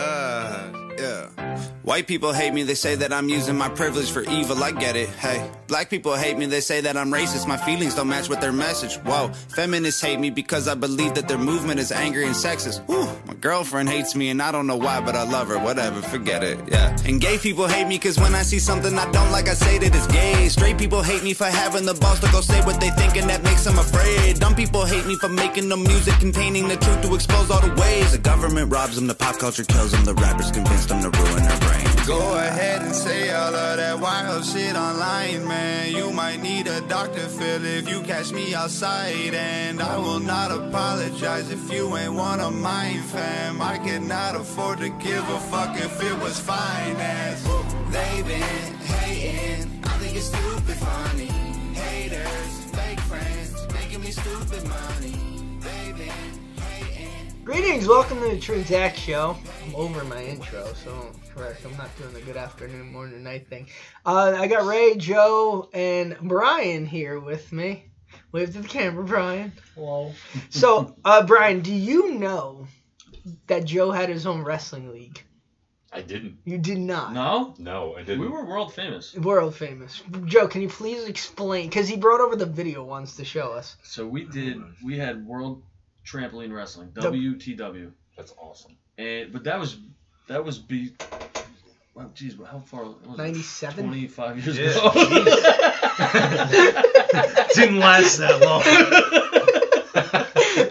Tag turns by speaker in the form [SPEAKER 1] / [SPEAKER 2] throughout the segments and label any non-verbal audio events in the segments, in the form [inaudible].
[SPEAKER 1] Uh, White people hate me, they say that I'm using my privilege for evil, I get it, hey. Black people hate me, they say that I'm racist, my feelings don't match with their message, whoa. Feminists hate me because I believe that their movement is angry and sexist, whew. My girlfriend hates me and I don't know why, but I love her, whatever, forget it, yeah. And gay people hate me cause when I see something I don't like, I say that it's gay. Straight people hate me for having the balls to go say what they think and that makes them afraid. Dumb people hate me for making the music containing the truth to expose all the ways. The government robs them, the pop culture kills them, the rappers convince them to ruin their brain. Go ahead and say all of that wild shit online, man. You might need a doctor, Phil, if you catch me outside. And I will not apologize if you ain't one of mine, fam. I cannot afford to give a fuck if it was finance. They been hating, I think it's stupid funny. Haters, fake friends, making me stupid money. They been hating.
[SPEAKER 2] Greetings, welcome to the Transact Show. I'm over my intro, so correct. I'm not doing the good afternoon, morning, night thing. Uh, I got Ray, Joe, and Brian here with me. Wave to the camera, Brian.
[SPEAKER 3] Hello.
[SPEAKER 2] So, uh, Brian, do you know that Joe had his own wrestling league?
[SPEAKER 4] I didn't.
[SPEAKER 2] You did not.
[SPEAKER 3] No,
[SPEAKER 4] No, I didn't.
[SPEAKER 3] we were world famous.
[SPEAKER 2] World famous. Joe, can you please explain? Because he brought over the video once to show us.
[SPEAKER 3] So we did. We had world trampoline wrestling,
[SPEAKER 2] Yep.
[SPEAKER 3] WTW,
[SPEAKER 4] That's awesome.
[SPEAKER 3] and but that was that was be. Wow, geez, how far? what Was it?
[SPEAKER 2] 97?
[SPEAKER 3] Twenty-five years
[SPEAKER 2] [laughs]
[SPEAKER 5] Yeah,
[SPEAKER 3] ago.
[SPEAKER 5] Didn't last that long.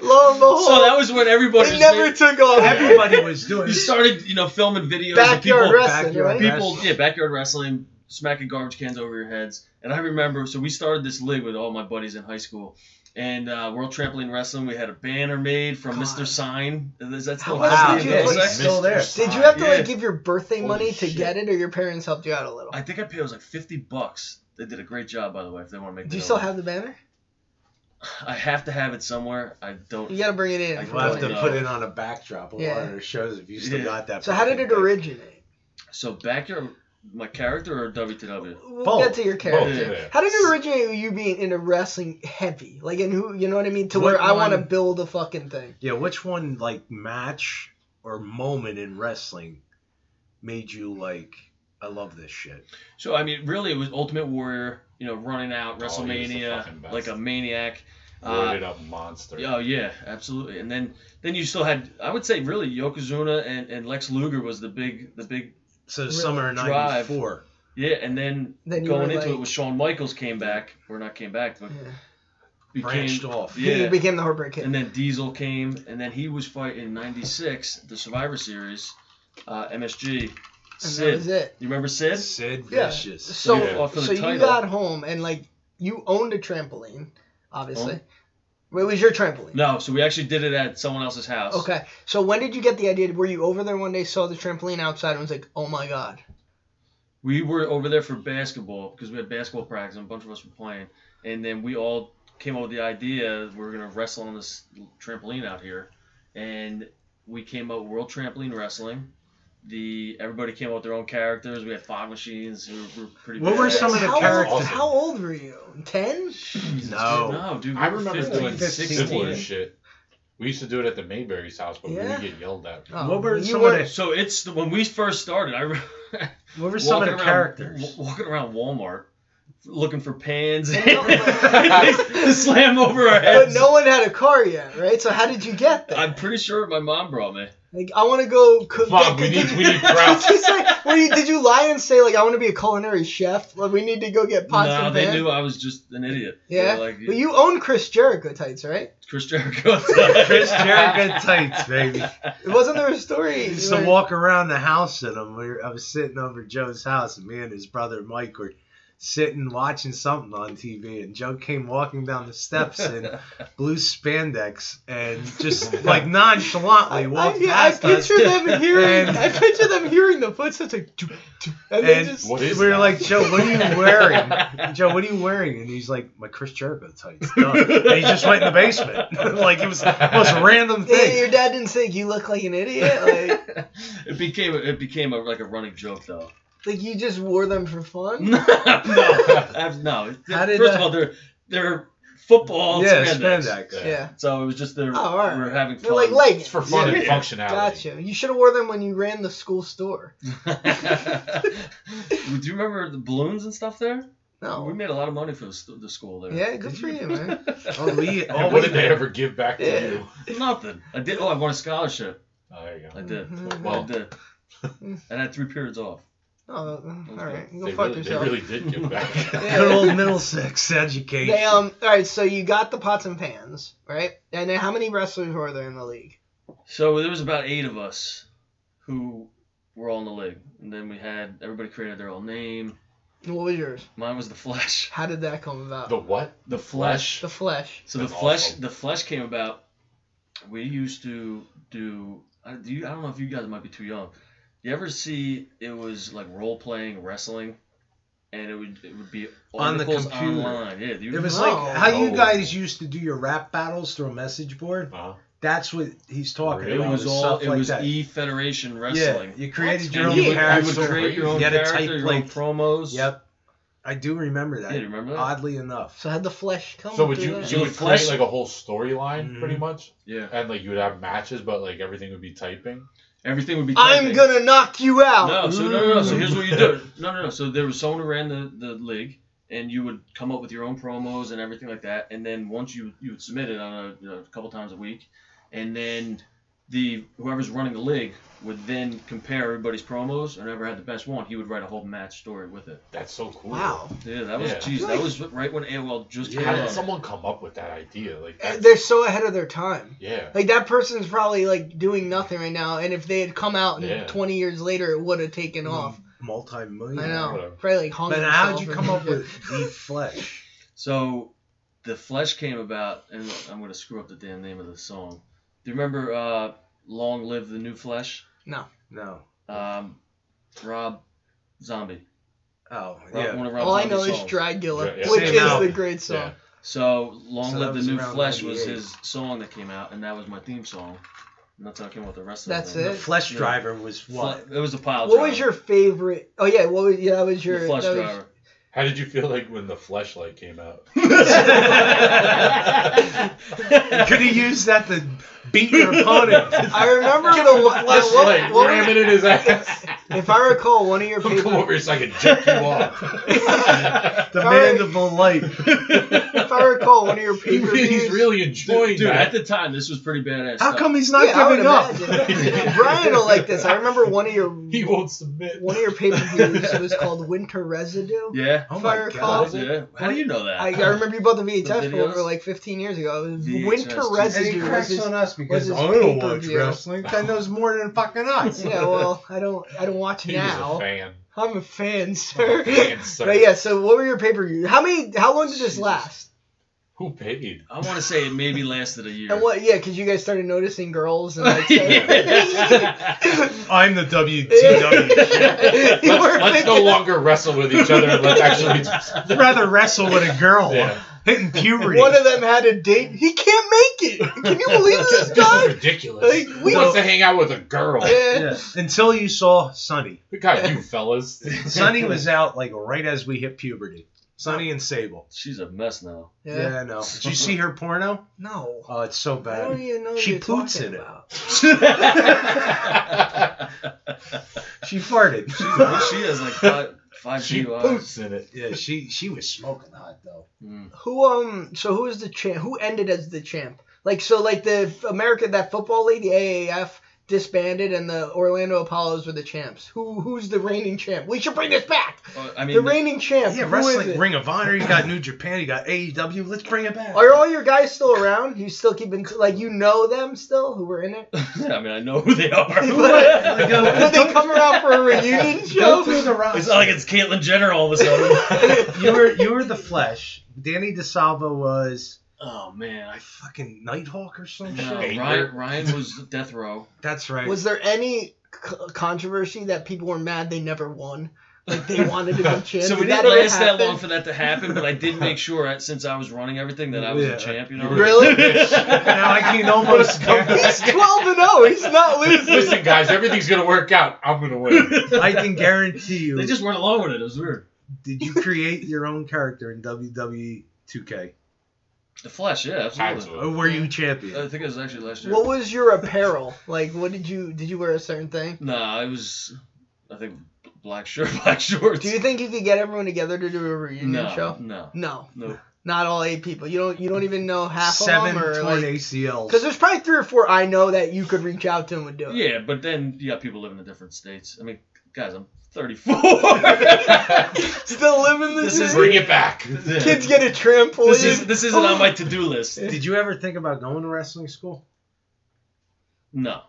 [SPEAKER 2] Lo and behold,
[SPEAKER 3] so that was when everybody
[SPEAKER 2] it
[SPEAKER 3] was
[SPEAKER 2] never
[SPEAKER 3] ma-
[SPEAKER 2] took off.
[SPEAKER 5] Everybody was doing
[SPEAKER 3] you
[SPEAKER 5] it.
[SPEAKER 3] started, you know, filming videos. and people,
[SPEAKER 2] Backyard wrestling,
[SPEAKER 5] backyard
[SPEAKER 2] right?
[SPEAKER 5] wrestling.
[SPEAKER 3] people yeah backyard wrestling smacking garbage cans over your heads and i remember so we started this league with all my buddies in high school and uh, world trampoline wrestling we had a banner made from
[SPEAKER 2] God.
[SPEAKER 3] mr sign is that still
[SPEAKER 2] Wow,
[SPEAKER 3] happening?
[SPEAKER 2] dude,
[SPEAKER 3] Is
[SPEAKER 2] what-
[SPEAKER 3] that-
[SPEAKER 5] still there.
[SPEAKER 2] Did you have to
[SPEAKER 3] Uh, Yeah.
[SPEAKER 2] like give your birthday
[SPEAKER 3] Holy
[SPEAKER 2] money to
[SPEAKER 3] shit.
[SPEAKER 2] get it, or your parents helped you out a little?
[SPEAKER 3] i think i paid it was like 50 bucks they did a great job by the way if they want to make
[SPEAKER 2] Do you
[SPEAKER 3] that
[SPEAKER 2] still
[SPEAKER 3] up.
[SPEAKER 2] have the banner?
[SPEAKER 3] i have to have it somewhere i don't
[SPEAKER 2] You gotta bring it in.
[SPEAKER 3] I
[SPEAKER 5] We'll have to
[SPEAKER 3] No.
[SPEAKER 5] put it on a backdrop of
[SPEAKER 2] Yeah.
[SPEAKER 5] one of the shows if you still
[SPEAKER 3] Yeah.
[SPEAKER 5] got that.
[SPEAKER 2] so how did
[SPEAKER 5] fucking
[SPEAKER 2] it
[SPEAKER 5] thing.
[SPEAKER 2] originate?
[SPEAKER 3] so backyard my character or wtw
[SPEAKER 2] We'll
[SPEAKER 5] Both.
[SPEAKER 2] get to your character.
[SPEAKER 4] Both, Oh, yeah.
[SPEAKER 2] How did it originate? with You being into wrestling heavy, like in who you know what I mean, to
[SPEAKER 5] What
[SPEAKER 2] where I want to
[SPEAKER 5] one-
[SPEAKER 2] build a fucking thing.
[SPEAKER 5] Yeah, which one like match or moment in wrestling made you like I love this shit?
[SPEAKER 3] So I mean, really, it was Ultimate Warrior, you know, running out
[SPEAKER 4] Oh, he was the fucking
[SPEAKER 3] WrestleMania
[SPEAKER 4] best.
[SPEAKER 3] like a maniac. Uh,
[SPEAKER 4] Loaded up monster.
[SPEAKER 3] oh yeah, absolutely. And then then you still had, I would say, really Yokozuna and, and Lex Luger was the big the big
[SPEAKER 5] So
[SPEAKER 2] Really?
[SPEAKER 5] summer of
[SPEAKER 3] Drive.
[SPEAKER 5] '94.
[SPEAKER 3] yeah. And then,
[SPEAKER 2] Then you were
[SPEAKER 3] going into
[SPEAKER 2] like-
[SPEAKER 3] it was Shawn Michaels came back or not came back, but
[SPEAKER 2] Yeah.
[SPEAKER 5] Branched
[SPEAKER 3] became
[SPEAKER 5] off.
[SPEAKER 3] Yeah.
[SPEAKER 2] [laughs] You became the heartbreak kid.
[SPEAKER 3] and then Diesel came, and then he was fighting in '96 the Survivor Series, uh, MSG.
[SPEAKER 2] And
[SPEAKER 3] Sid,
[SPEAKER 2] that was it.
[SPEAKER 3] you remember Sid?
[SPEAKER 5] Sid
[SPEAKER 2] Yeah.
[SPEAKER 5] Vicious.
[SPEAKER 2] So,
[SPEAKER 4] Yeah.
[SPEAKER 3] Off of the
[SPEAKER 2] so you
[SPEAKER 3] title.
[SPEAKER 2] got home and like you owned a trampoline, obviously.
[SPEAKER 3] Owned?
[SPEAKER 2] Wait, was your trampoline?
[SPEAKER 3] No, so we actually did it at someone else's house.
[SPEAKER 2] Okay. So when did you get the idea? Were you over there one day, saw the trampoline outside, and was like, "Oh my god!"
[SPEAKER 3] We were over there for basketball because we had basketball practice and a bunch of us were playing. And then we all came up with the idea we were going to wrestle on this trampoline out here. And we came up with World Trampoline Wrestling. The Everybody came up with their own characters. We had fog machines. who were, were pretty
[SPEAKER 5] What were
[SPEAKER 3] badass.
[SPEAKER 5] some of the
[SPEAKER 2] how Old,
[SPEAKER 5] characters?
[SPEAKER 2] how old were you? Ten?
[SPEAKER 3] Jesus,
[SPEAKER 5] No.
[SPEAKER 3] dude, no, dude. we
[SPEAKER 4] I
[SPEAKER 3] were
[SPEAKER 4] remember
[SPEAKER 3] 15,
[SPEAKER 4] doing
[SPEAKER 5] 15.
[SPEAKER 4] similar
[SPEAKER 3] 16.
[SPEAKER 4] shit. We used to do it at the Mayberry's house, but
[SPEAKER 2] Yeah.
[SPEAKER 4] we would get yelled at.
[SPEAKER 2] Oh,
[SPEAKER 5] What were
[SPEAKER 2] you
[SPEAKER 5] some
[SPEAKER 2] weren't-
[SPEAKER 5] of
[SPEAKER 3] So it's the, when we first started. I remember
[SPEAKER 5] the what were [laughs] some of the
[SPEAKER 3] walking around-
[SPEAKER 5] characters?
[SPEAKER 3] wa- walking around Walmart looking for pans [laughs]
[SPEAKER 2] no-
[SPEAKER 3] to slam over our
[SPEAKER 2] But
[SPEAKER 3] heads.
[SPEAKER 2] no one had a car yet, right? So how did you get there?
[SPEAKER 3] I'm pretty sure my mom brought me.
[SPEAKER 2] Like, I want to go cook.
[SPEAKER 4] Mom, we
[SPEAKER 2] did-
[SPEAKER 4] need we
[SPEAKER 2] [laughs] did,
[SPEAKER 4] need Kraut.
[SPEAKER 2] you say, were you, did you lie and say like I want to be a culinary chef? Like we need to go get pots
[SPEAKER 3] no,
[SPEAKER 2] and
[SPEAKER 3] they
[SPEAKER 2] pans?
[SPEAKER 3] knew I was just an idiot. They were
[SPEAKER 2] Yeah,
[SPEAKER 3] like,
[SPEAKER 2] but you own Chris Jericho tights, right?
[SPEAKER 3] Chris Jericho. [laughs]
[SPEAKER 5] Chris Jericho tights, baby.
[SPEAKER 2] Wasn't there a story?
[SPEAKER 5] [laughs] I
[SPEAKER 2] you
[SPEAKER 5] used to
[SPEAKER 2] were-
[SPEAKER 5] walk around the house in them. We were, I was sitting over at Joe's house, and me and his brother Mike were sitting watching something on TV. And Joe came walking down the
[SPEAKER 2] [laughs]
[SPEAKER 5] steps in blue spandex and just like
[SPEAKER 2] I,
[SPEAKER 5] nonchalantly
[SPEAKER 2] I,
[SPEAKER 5] walked
[SPEAKER 2] yeah, I
[SPEAKER 5] past us.
[SPEAKER 2] picture them hearing.
[SPEAKER 5] And-
[SPEAKER 2] I picture them hearing the footsteps like, [laughs] "Doo, doo," and, they
[SPEAKER 5] And-
[SPEAKER 2] just.
[SPEAKER 4] What
[SPEAKER 5] We
[SPEAKER 4] is
[SPEAKER 5] were
[SPEAKER 4] that?
[SPEAKER 5] like, Joe, what are
[SPEAKER 2] [laughs]
[SPEAKER 5] you wearing? Joe, what are you wearing? And he's like, my Chris Jericho
[SPEAKER 2] [laughs]
[SPEAKER 5] tights. duh." And he just went in the basement. [laughs] like it was the most random
[SPEAKER 2] Yeah,
[SPEAKER 5] thing.
[SPEAKER 2] your dad didn't think you look like an idiot. Like,
[SPEAKER 4] [laughs]
[SPEAKER 3] it became it became a, like a running joke
[SPEAKER 5] [laughs]
[SPEAKER 3] though.
[SPEAKER 2] like you just wore them for fun.
[SPEAKER 3] no, no, I've- no.
[SPEAKER 5] How did
[SPEAKER 3] First
[SPEAKER 5] that-
[SPEAKER 3] of all, they're they're football.
[SPEAKER 5] yeah,
[SPEAKER 3] spandex.
[SPEAKER 5] spandex.
[SPEAKER 4] Yeah.
[SPEAKER 2] Yeah.
[SPEAKER 3] So it was just there.
[SPEAKER 2] Oh, all right.
[SPEAKER 3] We're having
[SPEAKER 2] They're like
[SPEAKER 3] fun. [laughs]
[SPEAKER 2] leggings.
[SPEAKER 4] It's for fun and
[SPEAKER 5] Yeah.
[SPEAKER 4] functionality.
[SPEAKER 2] Gotcha. You should have wore them when you ran the school store.
[SPEAKER 3] Do you remember the balloons and stuff there? We
[SPEAKER 2] No.
[SPEAKER 3] made a lot of money for the, st- the school there.
[SPEAKER 2] Yeah, good for you, man.
[SPEAKER 5] Oh, we
[SPEAKER 4] And what
[SPEAKER 5] always
[SPEAKER 4] did they ever give back to
[SPEAKER 2] Yeah.
[SPEAKER 4] you?
[SPEAKER 3] [laughs] Nothing. I did. Oh, I won a scholarship.
[SPEAKER 4] Oh, there you go.
[SPEAKER 3] I did.
[SPEAKER 2] Mhm.
[SPEAKER 3] I did. And I had three periods off.
[SPEAKER 2] Oh, all right. Go
[SPEAKER 4] they,
[SPEAKER 2] fuck
[SPEAKER 4] really, they
[SPEAKER 2] yourself.
[SPEAKER 4] really did give back.
[SPEAKER 2] Yeah. [laughs]
[SPEAKER 5] good old Middlesex education.
[SPEAKER 2] They um. All right. So you got the pots and pans, right? And then how many wrestlers were there in the league?
[SPEAKER 3] So there was about eight of us who were all in the league, and then we had everybody created their own name.
[SPEAKER 2] What was yours?
[SPEAKER 3] Mine was the Flesh.
[SPEAKER 2] How did that come about?
[SPEAKER 4] the what?
[SPEAKER 3] The Flesh.
[SPEAKER 2] The flesh.
[SPEAKER 3] So the
[SPEAKER 4] That's
[SPEAKER 3] Flesh.
[SPEAKER 4] awesome.
[SPEAKER 3] The Flesh came about. We used to do. I, do you, I don't know if you guys might be too young. You ever see it was like role playing wrestling, and it would it would be
[SPEAKER 5] On the
[SPEAKER 3] articles
[SPEAKER 5] computer.
[SPEAKER 3] online. Yeah. Do you
[SPEAKER 5] It was
[SPEAKER 2] No.
[SPEAKER 5] like how you
[SPEAKER 4] Oh.
[SPEAKER 5] guys used to do your rap battles through a message board.
[SPEAKER 4] Uh-huh.
[SPEAKER 5] That's what he's talking
[SPEAKER 4] Really?
[SPEAKER 3] It
[SPEAKER 5] about.
[SPEAKER 3] was
[SPEAKER 5] is
[SPEAKER 3] all
[SPEAKER 5] stuff
[SPEAKER 3] it
[SPEAKER 5] like
[SPEAKER 3] was
[SPEAKER 5] that.
[SPEAKER 3] E Federation
[SPEAKER 5] yeah,
[SPEAKER 3] Wrestling. E
[SPEAKER 5] you created
[SPEAKER 2] That's E
[SPEAKER 5] your
[SPEAKER 3] And
[SPEAKER 5] own
[SPEAKER 3] you would, you
[SPEAKER 5] character.
[SPEAKER 3] would create your own
[SPEAKER 5] You had a
[SPEAKER 3] character,
[SPEAKER 5] type,
[SPEAKER 3] your own
[SPEAKER 5] like-
[SPEAKER 3] promos.
[SPEAKER 5] Yep, I do remember
[SPEAKER 3] Yeah,
[SPEAKER 5] that.
[SPEAKER 3] do you remember that?
[SPEAKER 5] Oddly enough,
[SPEAKER 2] So how'd the flesh come?
[SPEAKER 4] So would
[SPEAKER 2] through
[SPEAKER 4] you
[SPEAKER 2] that?
[SPEAKER 4] you
[SPEAKER 3] So
[SPEAKER 4] would
[SPEAKER 3] flesh-
[SPEAKER 4] create like a whole storyline
[SPEAKER 5] Mhm.
[SPEAKER 4] pretty much,
[SPEAKER 3] yeah.
[SPEAKER 4] and like you would have matches, but like everything would be typing.
[SPEAKER 3] Everything would be.
[SPEAKER 2] I'm
[SPEAKER 3] typing.
[SPEAKER 2] gonna knock you out.
[SPEAKER 3] No, so no, no, no. So here's what you do. [laughs]
[SPEAKER 5] Mm.
[SPEAKER 3] No, no, no. So there was someone who ran the, the league, and you would come up with your own promos and everything like that. And then once you you would submit it on a, you know, a couple times a week, and then the whoever's running the league would then compare everybody's promos, and whoever had the best one, he would write a whole match story with it.
[SPEAKER 4] That's so cool.
[SPEAKER 2] Wow.
[SPEAKER 3] Yeah, that was
[SPEAKER 4] Yeah.
[SPEAKER 3] geez, that was right when AOL just
[SPEAKER 4] How
[SPEAKER 3] came
[SPEAKER 4] did
[SPEAKER 3] out.
[SPEAKER 4] someone come up with that idea? Like
[SPEAKER 2] Uh,
[SPEAKER 4] that,
[SPEAKER 2] They're so ahead of their time.
[SPEAKER 4] yeah,
[SPEAKER 2] Like that person's probably like doing nothing right now, and if they had come out and
[SPEAKER 4] Yeah.
[SPEAKER 2] 20 years later, it would have taken off.
[SPEAKER 5] multi-million.
[SPEAKER 2] I know.
[SPEAKER 4] whatever.
[SPEAKER 2] Probably like hung
[SPEAKER 5] But
[SPEAKER 2] himself
[SPEAKER 5] Mm-hmm. how'd you
[SPEAKER 2] or
[SPEAKER 5] come up
[SPEAKER 2] something.
[SPEAKER 5] with the flesh?
[SPEAKER 3] So the flesh came about, and I'm gonna screw up the damn name of the song. Do you remember uh, "Long Live the New Flesh"?
[SPEAKER 5] No.
[SPEAKER 3] Um, Rob Zombie.
[SPEAKER 5] Oh,
[SPEAKER 3] Rob,
[SPEAKER 5] yeah.
[SPEAKER 3] One of
[SPEAKER 2] [laughs]
[SPEAKER 3] Rob
[SPEAKER 2] All I know
[SPEAKER 3] Zombie's
[SPEAKER 2] is
[SPEAKER 3] songs.
[SPEAKER 2] Dry Gilla,
[SPEAKER 4] Yeah, yeah.
[SPEAKER 2] which
[SPEAKER 5] Same
[SPEAKER 2] is
[SPEAKER 5] album.
[SPEAKER 2] the great song.
[SPEAKER 4] Yeah.
[SPEAKER 3] So "Long
[SPEAKER 5] So that
[SPEAKER 3] Live the
[SPEAKER 5] was
[SPEAKER 3] New
[SPEAKER 5] around
[SPEAKER 3] Flesh" was
[SPEAKER 5] 98.
[SPEAKER 3] his song that came out, and that was my theme song. And that's how I came up with the rest of
[SPEAKER 2] That's
[SPEAKER 3] the
[SPEAKER 5] The
[SPEAKER 2] it.
[SPEAKER 5] flesh
[SPEAKER 3] Yeah.
[SPEAKER 5] driver was what?
[SPEAKER 3] [laughs] It was a pile.
[SPEAKER 2] What
[SPEAKER 3] driver.
[SPEAKER 2] was your favorite? Oh yeah, what was yeah? That was
[SPEAKER 3] The
[SPEAKER 2] your
[SPEAKER 3] flesh
[SPEAKER 2] that was-
[SPEAKER 3] driver?
[SPEAKER 4] How did you feel like when the fleshlight came out?
[SPEAKER 3] [laughs]
[SPEAKER 2] [laughs]
[SPEAKER 5] You could have used that to beat your
[SPEAKER 2] [laughs]
[SPEAKER 5] opponent.
[SPEAKER 2] I
[SPEAKER 4] [laughs]
[SPEAKER 2] remember the one. What,
[SPEAKER 4] Fleshlight
[SPEAKER 2] what, what-
[SPEAKER 4] ramming in
[SPEAKER 2] [laughs]
[SPEAKER 4] his ass.
[SPEAKER 2] if I recall, one of your
[SPEAKER 4] Don't [laughs] come
[SPEAKER 2] favorite.
[SPEAKER 4] over here so I can jerk you off.
[SPEAKER 5] the
[SPEAKER 2] Sorry.
[SPEAKER 5] mandible light.
[SPEAKER 2] [laughs] If I recall, one of your
[SPEAKER 4] [laughs] He-
[SPEAKER 2] favorite.
[SPEAKER 4] He's really enjoying
[SPEAKER 3] Dude, at
[SPEAKER 4] that.
[SPEAKER 3] the time, this was pretty badass.
[SPEAKER 5] How
[SPEAKER 3] stuff.
[SPEAKER 5] come he's
[SPEAKER 2] Yeah,
[SPEAKER 5] not
[SPEAKER 2] I would
[SPEAKER 5] giving up? [laughs]
[SPEAKER 2] imagine. [laughs] Brian will like this. I remember one of your
[SPEAKER 4] [laughs] He won't submit.
[SPEAKER 2] one of your pay per views was called Winter Residue.
[SPEAKER 3] Yeah.
[SPEAKER 5] Oh
[SPEAKER 2] Fire
[SPEAKER 5] my
[SPEAKER 2] calls
[SPEAKER 5] god.
[SPEAKER 2] it-
[SPEAKER 3] Yeah. How do you know that?
[SPEAKER 2] I, I remember you bought the VHS
[SPEAKER 3] The
[SPEAKER 2] for over
[SPEAKER 3] videos?
[SPEAKER 2] like 15 years ago. It was
[SPEAKER 3] VHS.
[SPEAKER 2] Winter
[SPEAKER 5] And he
[SPEAKER 2] Residue. was
[SPEAKER 5] cracks
[SPEAKER 2] his- [laughs]
[SPEAKER 5] on us because
[SPEAKER 2] his
[SPEAKER 5] I don't watch
[SPEAKER 2] pay-per-view.
[SPEAKER 5] wrestling. That knows more than fucking us.
[SPEAKER 2] yeah, well, I don't, I don't watch
[SPEAKER 4] [laughs] [laughs] He was a
[SPEAKER 2] now.
[SPEAKER 4] fan.
[SPEAKER 2] I'm a fan,
[SPEAKER 4] I'm
[SPEAKER 2] sir.
[SPEAKER 4] a fan,
[SPEAKER 2] [laughs]
[SPEAKER 4] sir.
[SPEAKER 2] But yeah, so what were your pay per view? How many? How long did this
[SPEAKER 3] Jesus.
[SPEAKER 2] last?
[SPEAKER 4] Who
[SPEAKER 2] [laughs]
[SPEAKER 4] paid?
[SPEAKER 3] I want to say it maybe lasted a year.
[SPEAKER 2] And what? Yeah, because you guys started noticing girls and
[SPEAKER 4] [laughs]
[SPEAKER 2] like.
[SPEAKER 5] [laughs]
[SPEAKER 2] [laughs]
[SPEAKER 5] I'm the
[SPEAKER 2] Yeah. You were
[SPEAKER 4] Let's, let's no
[SPEAKER 2] picking up-
[SPEAKER 4] longer wrestle with each other. and Let's
[SPEAKER 2] [laughs]
[SPEAKER 4] actually.
[SPEAKER 5] I'd rather wrestle with a
[SPEAKER 2] Oh,
[SPEAKER 5] girl
[SPEAKER 4] Yeah.
[SPEAKER 5] hitting puberty.
[SPEAKER 2] One of them had a date. He can't make it. Can you believe
[SPEAKER 4] [laughs]
[SPEAKER 2] this
[SPEAKER 4] This is
[SPEAKER 2] guy?
[SPEAKER 4] ridiculous.
[SPEAKER 2] Like,
[SPEAKER 4] Who
[SPEAKER 2] we-
[SPEAKER 4] wants to hang out with a girl?
[SPEAKER 2] Yeah.
[SPEAKER 5] Yeah. Until you saw Sonny.
[SPEAKER 4] We got you, fellas.
[SPEAKER 5] Sonny was out like right as we hit puberty. Sonny and Sable.
[SPEAKER 3] She's a mess now.
[SPEAKER 2] Yeah.
[SPEAKER 5] Yeah, I know. Did you see her porno?
[SPEAKER 2] No.
[SPEAKER 5] Oh, it's so
[SPEAKER 2] I don't
[SPEAKER 5] bad.
[SPEAKER 2] even know.
[SPEAKER 5] She
[SPEAKER 2] what you're
[SPEAKER 5] poots
[SPEAKER 2] talking
[SPEAKER 5] in it.
[SPEAKER 2] about.
[SPEAKER 5] [laughs] She farted.
[SPEAKER 3] She's a, she has like five, five
[SPEAKER 4] she
[SPEAKER 3] DUIs.
[SPEAKER 4] poops in it.
[SPEAKER 5] yeah, she she was smoking hot though.
[SPEAKER 3] Mm.
[SPEAKER 2] Who um? So who is the champ? Who ended as the champ? Like so, like the f- America that football league, the AAF disbanded, and the Orlando Apollos were the champs. Who who's the reigning champ? We should bring this back.
[SPEAKER 3] Uh, I
[SPEAKER 2] The
[SPEAKER 3] mean, [laughs]
[SPEAKER 2] reigning champ.
[SPEAKER 5] Yeah,
[SPEAKER 2] who is
[SPEAKER 5] wrestling,
[SPEAKER 2] it?
[SPEAKER 5] Ring of Honor. You got New Japan. You got AEW. Let's bring it back.
[SPEAKER 2] Are all your guys still around? You still keeping like you know them still who were in
[SPEAKER 3] [laughs]
[SPEAKER 2] it?
[SPEAKER 3] I mean, I know who they are. [laughs]
[SPEAKER 5] Like, uh,
[SPEAKER 2] Did they come around for a reunion
[SPEAKER 5] Go
[SPEAKER 2] show?
[SPEAKER 5] through the roster.
[SPEAKER 3] it's not like it's Caitlyn Jenner all of
[SPEAKER 2] [laughs]
[SPEAKER 3] a sudden.
[SPEAKER 5] you were you were the Flesh. Danny DeSalvo was
[SPEAKER 3] oh man, I
[SPEAKER 5] a fucking Nighthawk or some
[SPEAKER 3] no,
[SPEAKER 5] shit.
[SPEAKER 3] Ryan, Ryan was death row.
[SPEAKER 5] That's right.
[SPEAKER 2] Was there any co- controversy that people were mad they never won? Like they wanted to be champ.
[SPEAKER 3] [laughs] so we
[SPEAKER 2] Did that
[SPEAKER 3] didn't
[SPEAKER 2] ever
[SPEAKER 3] last that
[SPEAKER 2] happen?
[SPEAKER 3] long for that to happen, but I did make sure that since I was running everything that I was
[SPEAKER 5] Yeah.
[SPEAKER 3] a champ. You
[SPEAKER 4] [laughs]
[SPEAKER 3] know,
[SPEAKER 2] Really?
[SPEAKER 5] [laughs] now I can almost
[SPEAKER 2] He's 12 and 0. He's not losing.
[SPEAKER 4] Listen, guys, everything's gonna work out. I'm gonna win.
[SPEAKER 5] [laughs] I can guarantee
[SPEAKER 3] [laughs]
[SPEAKER 5] you.
[SPEAKER 3] they just went along with it. It was weird.
[SPEAKER 5] Did you create your own character in WWE 2K?
[SPEAKER 3] The Flash, yeah, absolutely.
[SPEAKER 5] E Or were you champion?
[SPEAKER 3] I think it was actually last year.
[SPEAKER 2] What was your apparel like? What did you did you wear a certain thing?
[SPEAKER 3] Nah, it was. I think black shirt, [laughs] black shorts.
[SPEAKER 2] Do you think you could get everyone together to do a reunion
[SPEAKER 3] no,
[SPEAKER 2] show?
[SPEAKER 3] no,
[SPEAKER 2] No,
[SPEAKER 3] no.
[SPEAKER 2] not all eight people. You don't you don't even know half
[SPEAKER 5] Seven
[SPEAKER 2] of them or
[SPEAKER 5] torn
[SPEAKER 2] like
[SPEAKER 5] ACLs.
[SPEAKER 2] because there's probably three or four I know that you could reach out to and would do it. [laughs]
[SPEAKER 3] Yeah, but then you got people living in different states. I mean, guys, I'm [laughs] 34.
[SPEAKER 2] Still living the
[SPEAKER 3] This is
[SPEAKER 2] dream.
[SPEAKER 4] Bring it [laughs] back.
[SPEAKER 2] Kids get a trampoline.
[SPEAKER 3] This is this isn't on my to-do list.
[SPEAKER 5] Did you ever think about going to wrestling school?
[SPEAKER 3] No,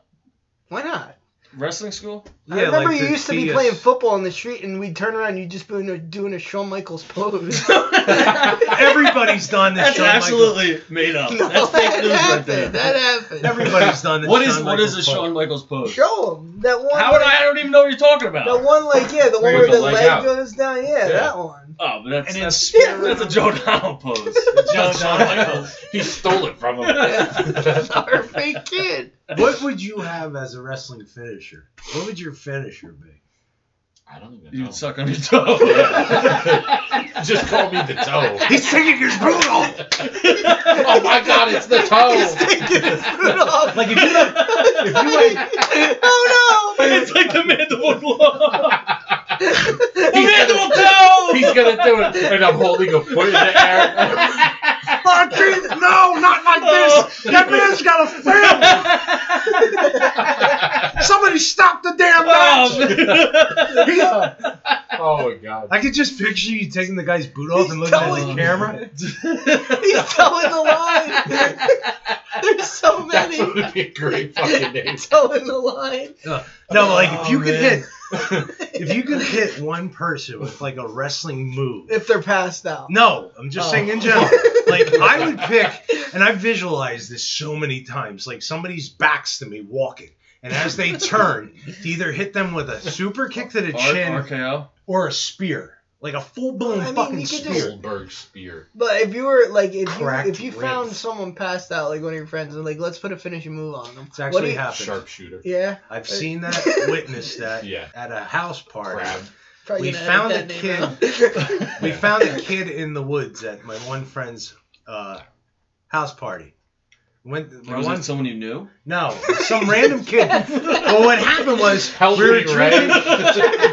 [SPEAKER 2] Why not?
[SPEAKER 3] wrestling school.
[SPEAKER 2] I remember
[SPEAKER 5] like
[SPEAKER 2] you
[SPEAKER 5] the
[SPEAKER 2] used to be
[SPEAKER 5] TS
[SPEAKER 2] playing football in the street, and we'd turn around, and you'd just be doing a, doing a Shawn Michaels
[SPEAKER 3] [laughs]
[SPEAKER 2] pose.
[SPEAKER 5] Everybody's done
[SPEAKER 3] That's
[SPEAKER 5] this. Shawn Michaels-
[SPEAKER 3] absolutely made up.
[SPEAKER 2] [laughs] No,
[SPEAKER 3] That's fake news right there.
[SPEAKER 2] happened. That happened.
[SPEAKER 5] Everybody's done
[SPEAKER 3] [laughs]
[SPEAKER 5] this.
[SPEAKER 3] What is
[SPEAKER 5] Shawn
[SPEAKER 3] what is a
[SPEAKER 5] Michaels
[SPEAKER 3] Shawn Michaels pose?
[SPEAKER 2] Show them that one.
[SPEAKER 3] How would
[SPEAKER 2] like-
[SPEAKER 3] I? I don't even know what you're talking about.
[SPEAKER 2] The one like yeah, the one
[SPEAKER 4] With
[SPEAKER 2] where
[SPEAKER 4] the
[SPEAKER 2] the
[SPEAKER 4] leg
[SPEAKER 2] leg,
[SPEAKER 4] out.
[SPEAKER 2] goes down. Yeah, that one. [laughs]
[SPEAKER 3] Oh, but that's
[SPEAKER 5] And
[SPEAKER 3] that's,
[SPEAKER 5] it's
[SPEAKER 3] that's a Joe Donnell pose.
[SPEAKER 5] Joe
[SPEAKER 3] Shawn
[SPEAKER 5] Donnell.
[SPEAKER 3] Michaels.
[SPEAKER 4] He stole it from him.
[SPEAKER 2] Our fake kid. [laughs]
[SPEAKER 5] What would you have as a wrestling finisher? What would your finisher be?
[SPEAKER 4] I don't even know.
[SPEAKER 3] You'd suck on your toe.
[SPEAKER 4] Just call me the toe.
[SPEAKER 5] He's taking his boot off.
[SPEAKER 4] oh my god, it's the toe.
[SPEAKER 2] Rudolph.
[SPEAKER 5] [laughs] Like if you had, if you had,
[SPEAKER 2] [laughs] oh no!
[SPEAKER 3] it's like the mandible
[SPEAKER 5] [laughs]
[SPEAKER 3] claw.
[SPEAKER 4] He's
[SPEAKER 3] mandible
[SPEAKER 4] gonna,
[SPEAKER 3] toe.
[SPEAKER 4] he's gonna do it, and I'm holding a foot in the [laughs] air.
[SPEAKER 5] oh, Jesus, no, not like
[SPEAKER 2] Oh.
[SPEAKER 5] this. That man's got a family. Somebody stop the damn match.
[SPEAKER 3] Oh, man.
[SPEAKER 4] Oh my god.
[SPEAKER 5] I could just picture you taking the guy's boot off
[SPEAKER 2] He's
[SPEAKER 5] and looking at the [laughs]
[SPEAKER 2] telling-
[SPEAKER 5] camera.
[SPEAKER 2] He's telling the
[SPEAKER 5] [laughs]
[SPEAKER 2] line. There's so
[SPEAKER 4] That
[SPEAKER 2] many.
[SPEAKER 4] would be a
[SPEAKER 2] [laughs]
[SPEAKER 4] great fucking name.
[SPEAKER 2] Telling the line.
[SPEAKER 5] No, like if
[SPEAKER 3] Oh,
[SPEAKER 5] you could
[SPEAKER 2] [laughs]
[SPEAKER 3] man.
[SPEAKER 5] hit, if you could hit one person with like a wrestling move.
[SPEAKER 2] If they're passed out.
[SPEAKER 5] No, I'm just
[SPEAKER 3] Oh.
[SPEAKER 5] saying in general. Like I would pick, and I visualize this so many times. Like somebody's backs to me walking, and as they turn, to either hit them with a super kick to the
[SPEAKER 3] R-
[SPEAKER 5] chin
[SPEAKER 3] RKO.
[SPEAKER 5] or a spear, like a full blown
[SPEAKER 2] I mean,
[SPEAKER 5] fucking
[SPEAKER 2] you could
[SPEAKER 5] spear.
[SPEAKER 2] just-
[SPEAKER 4] Goldberg spear.
[SPEAKER 2] [laughs] But if you were like, if you
[SPEAKER 5] Cracked
[SPEAKER 2] if you found
[SPEAKER 5] ribs.
[SPEAKER 2] someone passed out, like one of your friends, and like, let's put a finishing move on them.
[SPEAKER 5] It's actually
[SPEAKER 2] you,
[SPEAKER 5] happened.
[SPEAKER 4] Sharpshooter.
[SPEAKER 2] Yeah.
[SPEAKER 5] I've seen that, witnessed that
[SPEAKER 4] Yeah.
[SPEAKER 5] at a house party.
[SPEAKER 4] Crab.
[SPEAKER 2] Probably
[SPEAKER 5] We
[SPEAKER 2] gonna
[SPEAKER 5] found
[SPEAKER 2] edit
[SPEAKER 5] a
[SPEAKER 2] that name out. [laughs]
[SPEAKER 5] We
[SPEAKER 4] Yeah.
[SPEAKER 5] found a kid in the woods at my one friend's uh, house party. Went my
[SPEAKER 3] Was
[SPEAKER 5] one
[SPEAKER 3] that someone you knew?
[SPEAKER 5] [laughs] no some random
[SPEAKER 2] [laughs]
[SPEAKER 5] kid. Well, what happened
[SPEAKER 4] [laughs]
[SPEAKER 5] was
[SPEAKER 4] Held
[SPEAKER 5] we were
[SPEAKER 4] it ready.
[SPEAKER 5] drinking.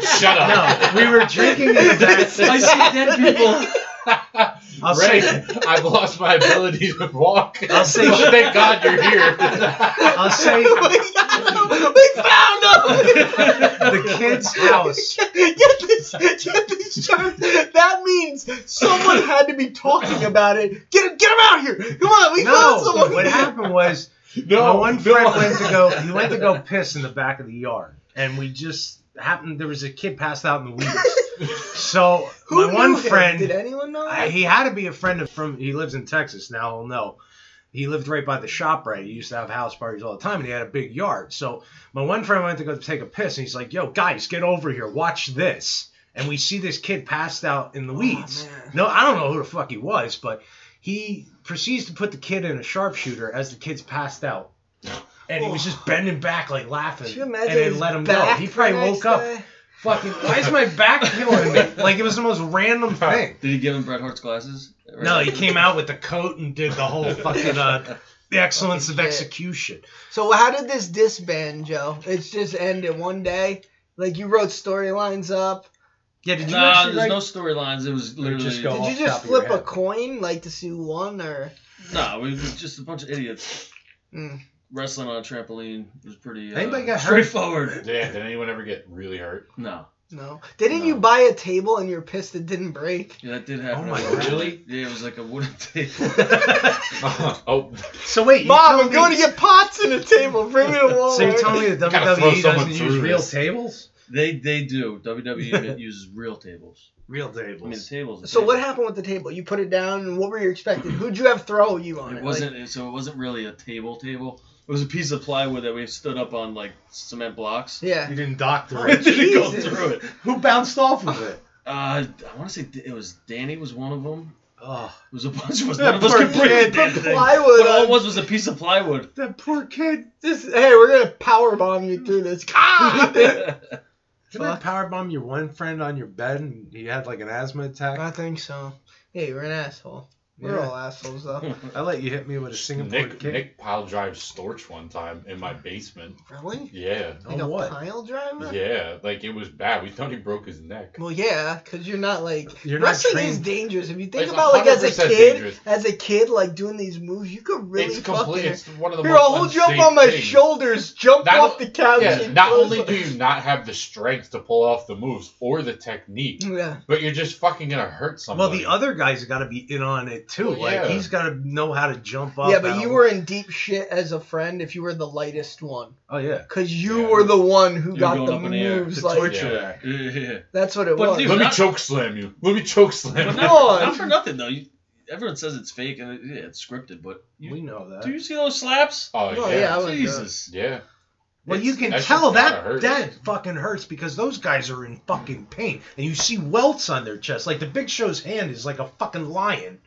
[SPEAKER 4] [laughs] Shut up.
[SPEAKER 5] No, we were drinking
[SPEAKER 2] [laughs]
[SPEAKER 5] in the
[SPEAKER 3] I see dead people.
[SPEAKER 5] back. I'll
[SPEAKER 4] Ray,
[SPEAKER 5] say,
[SPEAKER 4] I've lost my ability to
[SPEAKER 2] [laughs]
[SPEAKER 4] walk.
[SPEAKER 2] Uh,
[SPEAKER 5] I'll say-
[SPEAKER 4] thank God you're here.
[SPEAKER 5] I'll say
[SPEAKER 2] we got him! Oh We found him!
[SPEAKER 5] the kid's
[SPEAKER 2] [laughs]
[SPEAKER 5] house.
[SPEAKER 2] Get this, get this shirt. That means someone had to be talking about it. Get him, get him out here. Come on, we found
[SPEAKER 5] No,
[SPEAKER 2] someone.
[SPEAKER 5] what happened was my one friend went to go. He went to go piss in the back of the yard, and we just happened. There was a kid passed out in the weeds.
[SPEAKER 2] [laughs]
[SPEAKER 5] So
[SPEAKER 2] Who
[SPEAKER 5] my
[SPEAKER 2] knew
[SPEAKER 5] one
[SPEAKER 2] him?
[SPEAKER 5] friend.
[SPEAKER 2] Did anyone know?
[SPEAKER 5] I, he had to be a friend of from. He lives in Texas now. He'll know. He lived right by the shop. Right, he used to have house parties all the time, and he had a big yard. So my one friend went to go take a piss, and he's like, "Yo, guys, get over here. Watch this." And we see this kid passed out in the weeds.
[SPEAKER 2] Oh, man.
[SPEAKER 5] no, I don't know who the fuck he was, but he proceeds to put the kid in a sharpshooter as the kid's passed out. And he was just bending back, like laughing,
[SPEAKER 2] Could you
[SPEAKER 5] and
[SPEAKER 2] imagine
[SPEAKER 5] then
[SPEAKER 2] his
[SPEAKER 5] let him go.
[SPEAKER 2] back
[SPEAKER 5] He probably
[SPEAKER 2] the next
[SPEAKER 5] woke up,
[SPEAKER 2] day?
[SPEAKER 5] fucking. Why is my back killing me? Like it was the most random thing.
[SPEAKER 3] Did he give him Bret Hart's glasses? Right.
[SPEAKER 5] No, he came out with the coat and did the whole fucking uh, the excellence of
[SPEAKER 2] Shit.
[SPEAKER 5] execution.
[SPEAKER 2] So how did this disband, Joe? It's just ended one day. Like you wrote storylines up.
[SPEAKER 5] Yeah, did you
[SPEAKER 3] Nah,
[SPEAKER 5] actually
[SPEAKER 3] there's
[SPEAKER 5] like,
[SPEAKER 3] no storylines. It was
[SPEAKER 5] Or
[SPEAKER 3] literally
[SPEAKER 5] just go
[SPEAKER 2] Did
[SPEAKER 5] off
[SPEAKER 2] you
[SPEAKER 5] top
[SPEAKER 2] just
[SPEAKER 5] of your
[SPEAKER 2] flip a
[SPEAKER 5] head.
[SPEAKER 2] coin, like to see who won, or?
[SPEAKER 3] no. We was just a bunch of idiots
[SPEAKER 2] Mm.
[SPEAKER 3] wrestling on a trampoline. It was pretty. Uh,
[SPEAKER 5] Hmm. Anybody got hurt?
[SPEAKER 3] straightforward?
[SPEAKER 4] Yeah, did anyone ever get
[SPEAKER 2] [laughs]
[SPEAKER 4] really hurt?
[SPEAKER 3] No.
[SPEAKER 2] No. Didn't
[SPEAKER 3] No.
[SPEAKER 2] you buy a table and you're pissed it didn't break?
[SPEAKER 3] Yeah, that did happen.
[SPEAKER 5] Oh my
[SPEAKER 3] It was-
[SPEAKER 5] God.
[SPEAKER 4] Really?
[SPEAKER 3] Yeah, it was like
[SPEAKER 2] [laughs]
[SPEAKER 3] a wooden table.
[SPEAKER 4] oh,
[SPEAKER 5] So wait, you
[SPEAKER 2] Mom,
[SPEAKER 5] telling
[SPEAKER 2] I'm
[SPEAKER 5] me-
[SPEAKER 2] going to get pots in a table. Bring me a wall.
[SPEAKER 5] So you're telling me the
[SPEAKER 4] Gotta throw
[SPEAKER 5] WWE E doesn't
[SPEAKER 4] someone
[SPEAKER 5] use
[SPEAKER 4] through
[SPEAKER 5] real
[SPEAKER 4] this.
[SPEAKER 5] tables?
[SPEAKER 3] they they do.
[SPEAKER 2] [laughs]
[SPEAKER 3] WWE uses real tables.
[SPEAKER 5] Real
[SPEAKER 3] I mean, the
[SPEAKER 5] tables.
[SPEAKER 3] tables. the
[SPEAKER 2] So what
[SPEAKER 3] tables.
[SPEAKER 2] happened with the table? You put it down, and what were you expecting? Who'd you have throw you on it?
[SPEAKER 3] It wasn't. so it wasn't really a table table. It was a piece of plywood that we stood up on like
[SPEAKER 2] [laughs]
[SPEAKER 3] cement blocks.
[SPEAKER 2] Like, yeah.
[SPEAKER 5] You didn't doctor
[SPEAKER 3] It
[SPEAKER 5] it.
[SPEAKER 3] didn't go
[SPEAKER 2] Jesus.
[SPEAKER 3] through it.
[SPEAKER 5] Who bounced off of it?
[SPEAKER 3] Uh, I want to say D- it was Danny was one of them.
[SPEAKER 5] Oh,
[SPEAKER 3] It was a bunch of us.
[SPEAKER 5] That
[SPEAKER 3] None of us
[SPEAKER 5] poor
[SPEAKER 3] could break
[SPEAKER 5] kid.
[SPEAKER 3] the damn
[SPEAKER 2] Put
[SPEAKER 3] thing.
[SPEAKER 2] plywood
[SPEAKER 3] But all
[SPEAKER 2] on-
[SPEAKER 3] it was was a piece of
[SPEAKER 2] [laughs]
[SPEAKER 3] plywood.
[SPEAKER 5] that poor kid.
[SPEAKER 2] This, hey, we're gonna power bomb you through this. [laughs]
[SPEAKER 3] [laughs]
[SPEAKER 2] Ah!
[SPEAKER 5] Did I powerbomb your one friend on your bed and he had like an asthma attack?
[SPEAKER 2] I think so. Yeah, you're an asshole. We're
[SPEAKER 5] Yeah.
[SPEAKER 2] all assholes
[SPEAKER 3] Hmm.
[SPEAKER 2] though.
[SPEAKER 5] I let you hit me with a Singapore
[SPEAKER 4] Nick
[SPEAKER 5] kick.
[SPEAKER 4] Nick pile drive Storch one time in my basement.
[SPEAKER 2] Really?
[SPEAKER 4] Yeah,
[SPEAKER 5] On
[SPEAKER 2] Like a
[SPEAKER 5] what?
[SPEAKER 2] pile driver?
[SPEAKER 4] yeah, like it was bad. We thought he broke his neck.
[SPEAKER 2] Well, yeah, because you're not like
[SPEAKER 5] You're not
[SPEAKER 2] wrestling is
[SPEAKER 5] trained.
[SPEAKER 2] dangerous. If you think
[SPEAKER 4] It's
[SPEAKER 2] about like as a
[SPEAKER 4] 100%
[SPEAKER 2] kid,
[SPEAKER 4] dangerous.
[SPEAKER 2] as a kid, like doing these moves, you could really
[SPEAKER 4] it's
[SPEAKER 2] fucking.
[SPEAKER 4] complete. It's one of the
[SPEAKER 2] Here,
[SPEAKER 4] most
[SPEAKER 2] I'll hold you up
[SPEAKER 4] unsafe
[SPEAKER 2] on my
[SPEAKER 4] things.
[SPEAKER 2] shoulders. Jump
[SPEAKER 4] Not-
[SPEAKER 2] off the couch.
[SPEAKER 4] Yeah,
[SPEAKER 2] and
[SPEAKER 4] not
[SPEAKER 2] close
[SPEAKER 4] only do you not have the strength to pull off the moves or the technique,
[SPEAKER 2] [laughs] Yeah.
[SPEAKER 4] but you're just fucking gonna hurt
[SPEAKER 5] Well,
[SPEAKER 4] somebody.
[SPEAKER 5] the other guy's got to be in on it too.
[SPEAKER 4] Well,
[SPEAKER 5] like
[SPEAKER 4] yeah.
[SPEAKER 5] he's got to know how to jump up.
[SPEAKER 2] yeah, but
[SPEAKER 5] out
[SPEAKER 2] you
[SPEAKER 5] of-
[SPEAKER 2] were in deep shit as a friend if you were the lightest one,
[SPEAKER 5] Oh yeah.
[SPEAKER 2] because you
[SPEAKER 4] Yeah.
[SPEAKER 2] were the one who
[SPEAKER 3] You're
[SPEAKER 2] got
[SPEAKER 3] going
[SPEAKER 2] the
[SPEAKER 3] up in the air.
[SPEAKER 2] moves.
[SPEAKER 5] The
[SPEAKER 2] like
[SPEAKER 5] torture
[SPEAKER 4] Yeah.
[SPEAKER 5] rack.
[SPEAKER 3] Yeah, yeah, yeah.
[SPEAKER 2] that's what it
[SPEAKER 3] But
[SPEAKER 2] was.
[SPEAKER 3] dude,
[SPEAKER 4] Let me
[SPEAKER 3] Not-
[SPEAKER 4] choke slam you. Let me choke
[SPEAKER 3] But
[SPEAKER 4] slam
[SPEAKER 3] not,
[SPEAKER 4] you.
[SPEAKER 2] on.
[SPEAKER 3] not for nothing though. You, everyone says it's fake and it, yeah, it's scripted, but you,
[SPEAKER 5] We know that.
[SPEAKER 3] do you see those slaps?
[SPEAKER 4] Oh
[SPEAKER 2] Well,
[SPEAKER 4] yeah.
[SPEAKER 2] yeah. I wouldn't do it.
[SPEAKER 4] [laughs]
[SPEAKER 3] Jesus.
[SPEAKER 4] Yeah.
[SPEAKER 5] Well,
[SPEAKER 3] It's-
[SPEAKER 5] you can
[SPEAKER 4] that shit's
[SPEAKER 5] tell
[SPEAKER 4] gotta
[SPEAKER 5] that
[SPEAKER 4] hurt.
[SPEAKER 5] that fucking hurts because those guys are in fucking pain, and you see welts on their chest. Like the Big Show's hand is like a fucking lion,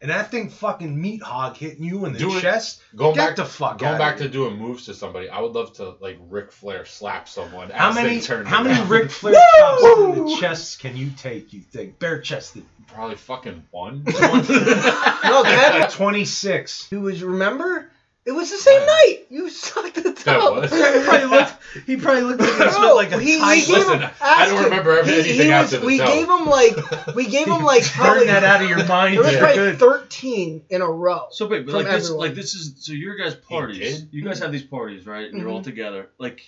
[SPEAKER 5] and that thing fucking meat hog hitting you in the
[SPEAKER 4] Do it.
[SPEAKER 5] chest.
[SPEAKER 4] Going
[SPEAKER 5] Get
[SPEAKER 4] back
[SPEAKER 5] the fuck
[SPEAKER 4] going
[SPEAKER 5] outta
[SPEAKER 4] back
[SPEAKER 5] here.
[SPEAKER 4] to doing moves to somebody. I would love to like Ric Flair slap someone.
[SPEAKER 5] How
[SPEAKER 4] as
[SPEAKER 5] many
[SPEAKER 4] They turn
[SPEAKER 5] how many
[SPEAKER 4] around.
[SPEAKER 5] [laughs] Ric Flair chops in the chests can you take? You think bare [laughs] chested?
[SPEAKER 4] [laughs] Probably fucking
[SPEAKER 5] [laughs]
[SPEAKER 4] one.
[SPEAKER 2] no, that
[SPEAKER 4] [laughs]
[SPEAKER 5] Twenty six.
[SPEAKER 2] He was remember? It was the same
[SPEAKER 4] Yeah.
[SPEAKER 2] night. You [laughs] sucked the
[SPEAKER 4] That
[SPEAKER 2] top. [laughs]
[SPEAKER 4] was.
[SPEAKER 5] He probably looked. He probably looked like he spent
[SPEAKER 2] No,
[SPEAKER 5] like a
[SPEAKER 2] he- he
[SPEAKER 5] tiger.
[SPEAKER 2] gave
[SPEAKER 4] Listen,
[SPEAKER 2] him-
[SPEAKER 4] I
[SPEAKER 2] asked
[SPEAKER 4] don't
[SPEAKER 2] him.
[SPEAKER 4] remember every-
[SPEAKER 2] He-
[SPEAKER 4] anything
[SPEAKER 2] he
[SPEAKER 4] after
[SPEAKER 2] was-
[SPEAKER 4] the
[SPEAKER 2] We
[SPEAKER 4] toe.
[SPEAKER 2] gave him like we gave him like probably
[SPEAKER 5] [laughs] Burn that out of your mind.
[SPEAKER 2] There was
[SPEAKER 5] for
[SPEAKER 2] probably
[SPEAKER 5] good.
[SPEAKER 2] thirteen in a row.
[SPEAKER 3] So wait, but
[SPEAKER 2] From
[SPEAKER 3] like this,
[SPEAKER 2] everyone.
[SPEAKER 3] like this is so your guys' parties.
[SPEAKER 4] did?
[SPEAKER 3] You guys have these parties, right? And you're all
[SPEAKER 2] Mhm.
[SPEAKER 3] together. Like,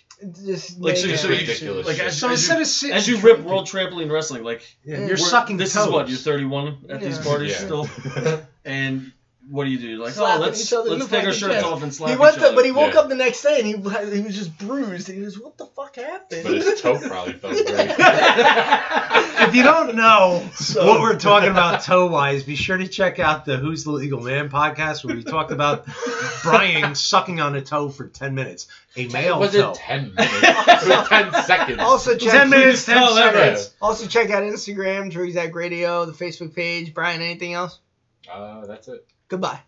[SPEAKER 2] Just
[SPEAKER 3] like so,
[SPEAKER 2] naked.
[SPEAKER 3] so you,
[SPEAKER 4] Ridiculous
[SPEAKER 3] like
[SPEAKER 4] shit.
[SPEAKER 3] as,
[SPEAKER 5] So
[SPEAKER 3] as,
[SPEAKER 5] instead
[SPEAKER 3] you,
[SPEAKER 5] of sitting,
[SPEAKER 3] as you rip world trampoline wrestling, like
[SPEAKER 5] yeah,
[SPEAKER 2] Mm.
[SPEAKER 5] you're
[SPEAKER 3] we're-
[SPEAKER 5] sucking.
[SPEAKER 3] This
[SPEAKER 5] toes.
[SPEAKER 3] is
[SPEAKER 5] [laughs]
[SPEAKER 3] what you're 31 at these
[SPEAKER 2] Yeah.
[SPEAKER 3] parties
[SPEAKER 4] Yeah.
[SPEAKER 3] still, and what do you do? Like,
[SPEAKER 2] Slapping
[SPEAKER 3] oh, let's
[SPEAKER 2] each other in
[SPEAKER 3] let's
[SPEAKER 2] the
[SPEAKER 3] take our
[SPEAKER 2] fucking
[SPEAKER 3] shirts
[SPEAKER 2] chest.
[SPEAKER 3] off and slap
[SPEAKER 2] he went
[SPEAKER 3] each
[SPEAKER 2] up,
[SPEAKER 3] other.
[SPEAKER 2] but he woke
[SPEAKER 4] Yeah.
[SPEAKER 2] up the next day and he he was just bruised. And he was, "What the fuck happened?"
[SPEAKER 4] [laughs] but his toe probably felt
[SPEAKER 5] [laughs]
[SPEAKER 4] great.
[SPEAKER 5] if you don't know
[SPEAKER 3] [laughs] So-
[SPEAKER 5] what we're talking about toe wise, be sure to check out the Who's the Legal Man podcast where we talked about
[SPEAKER 3] [laughs]
[SPEAKER 2] [laughs]
[SPEAKER 5] [laughs] Brian sucking on a toe for 10 minutes. A male
[SPEAKER 4] was
[SPEAKER 5] toe.
[SPEAKER 4] it ten minutes? [laughs] It was ten seconds.
[SPEAKER 2] [laughs] also check
[SPEAKER 5] 10 minutes, 10
[SPEAKER 4] tell that
[SPEAKER 5] seconds.
[SPEAKER 2] Also check out Instagram, Drew Zach Radio, the Facebook page. Brian, anything else?
[SPEAKER 4] Uh, that's it.
[SPEAKER 2] Goodbye.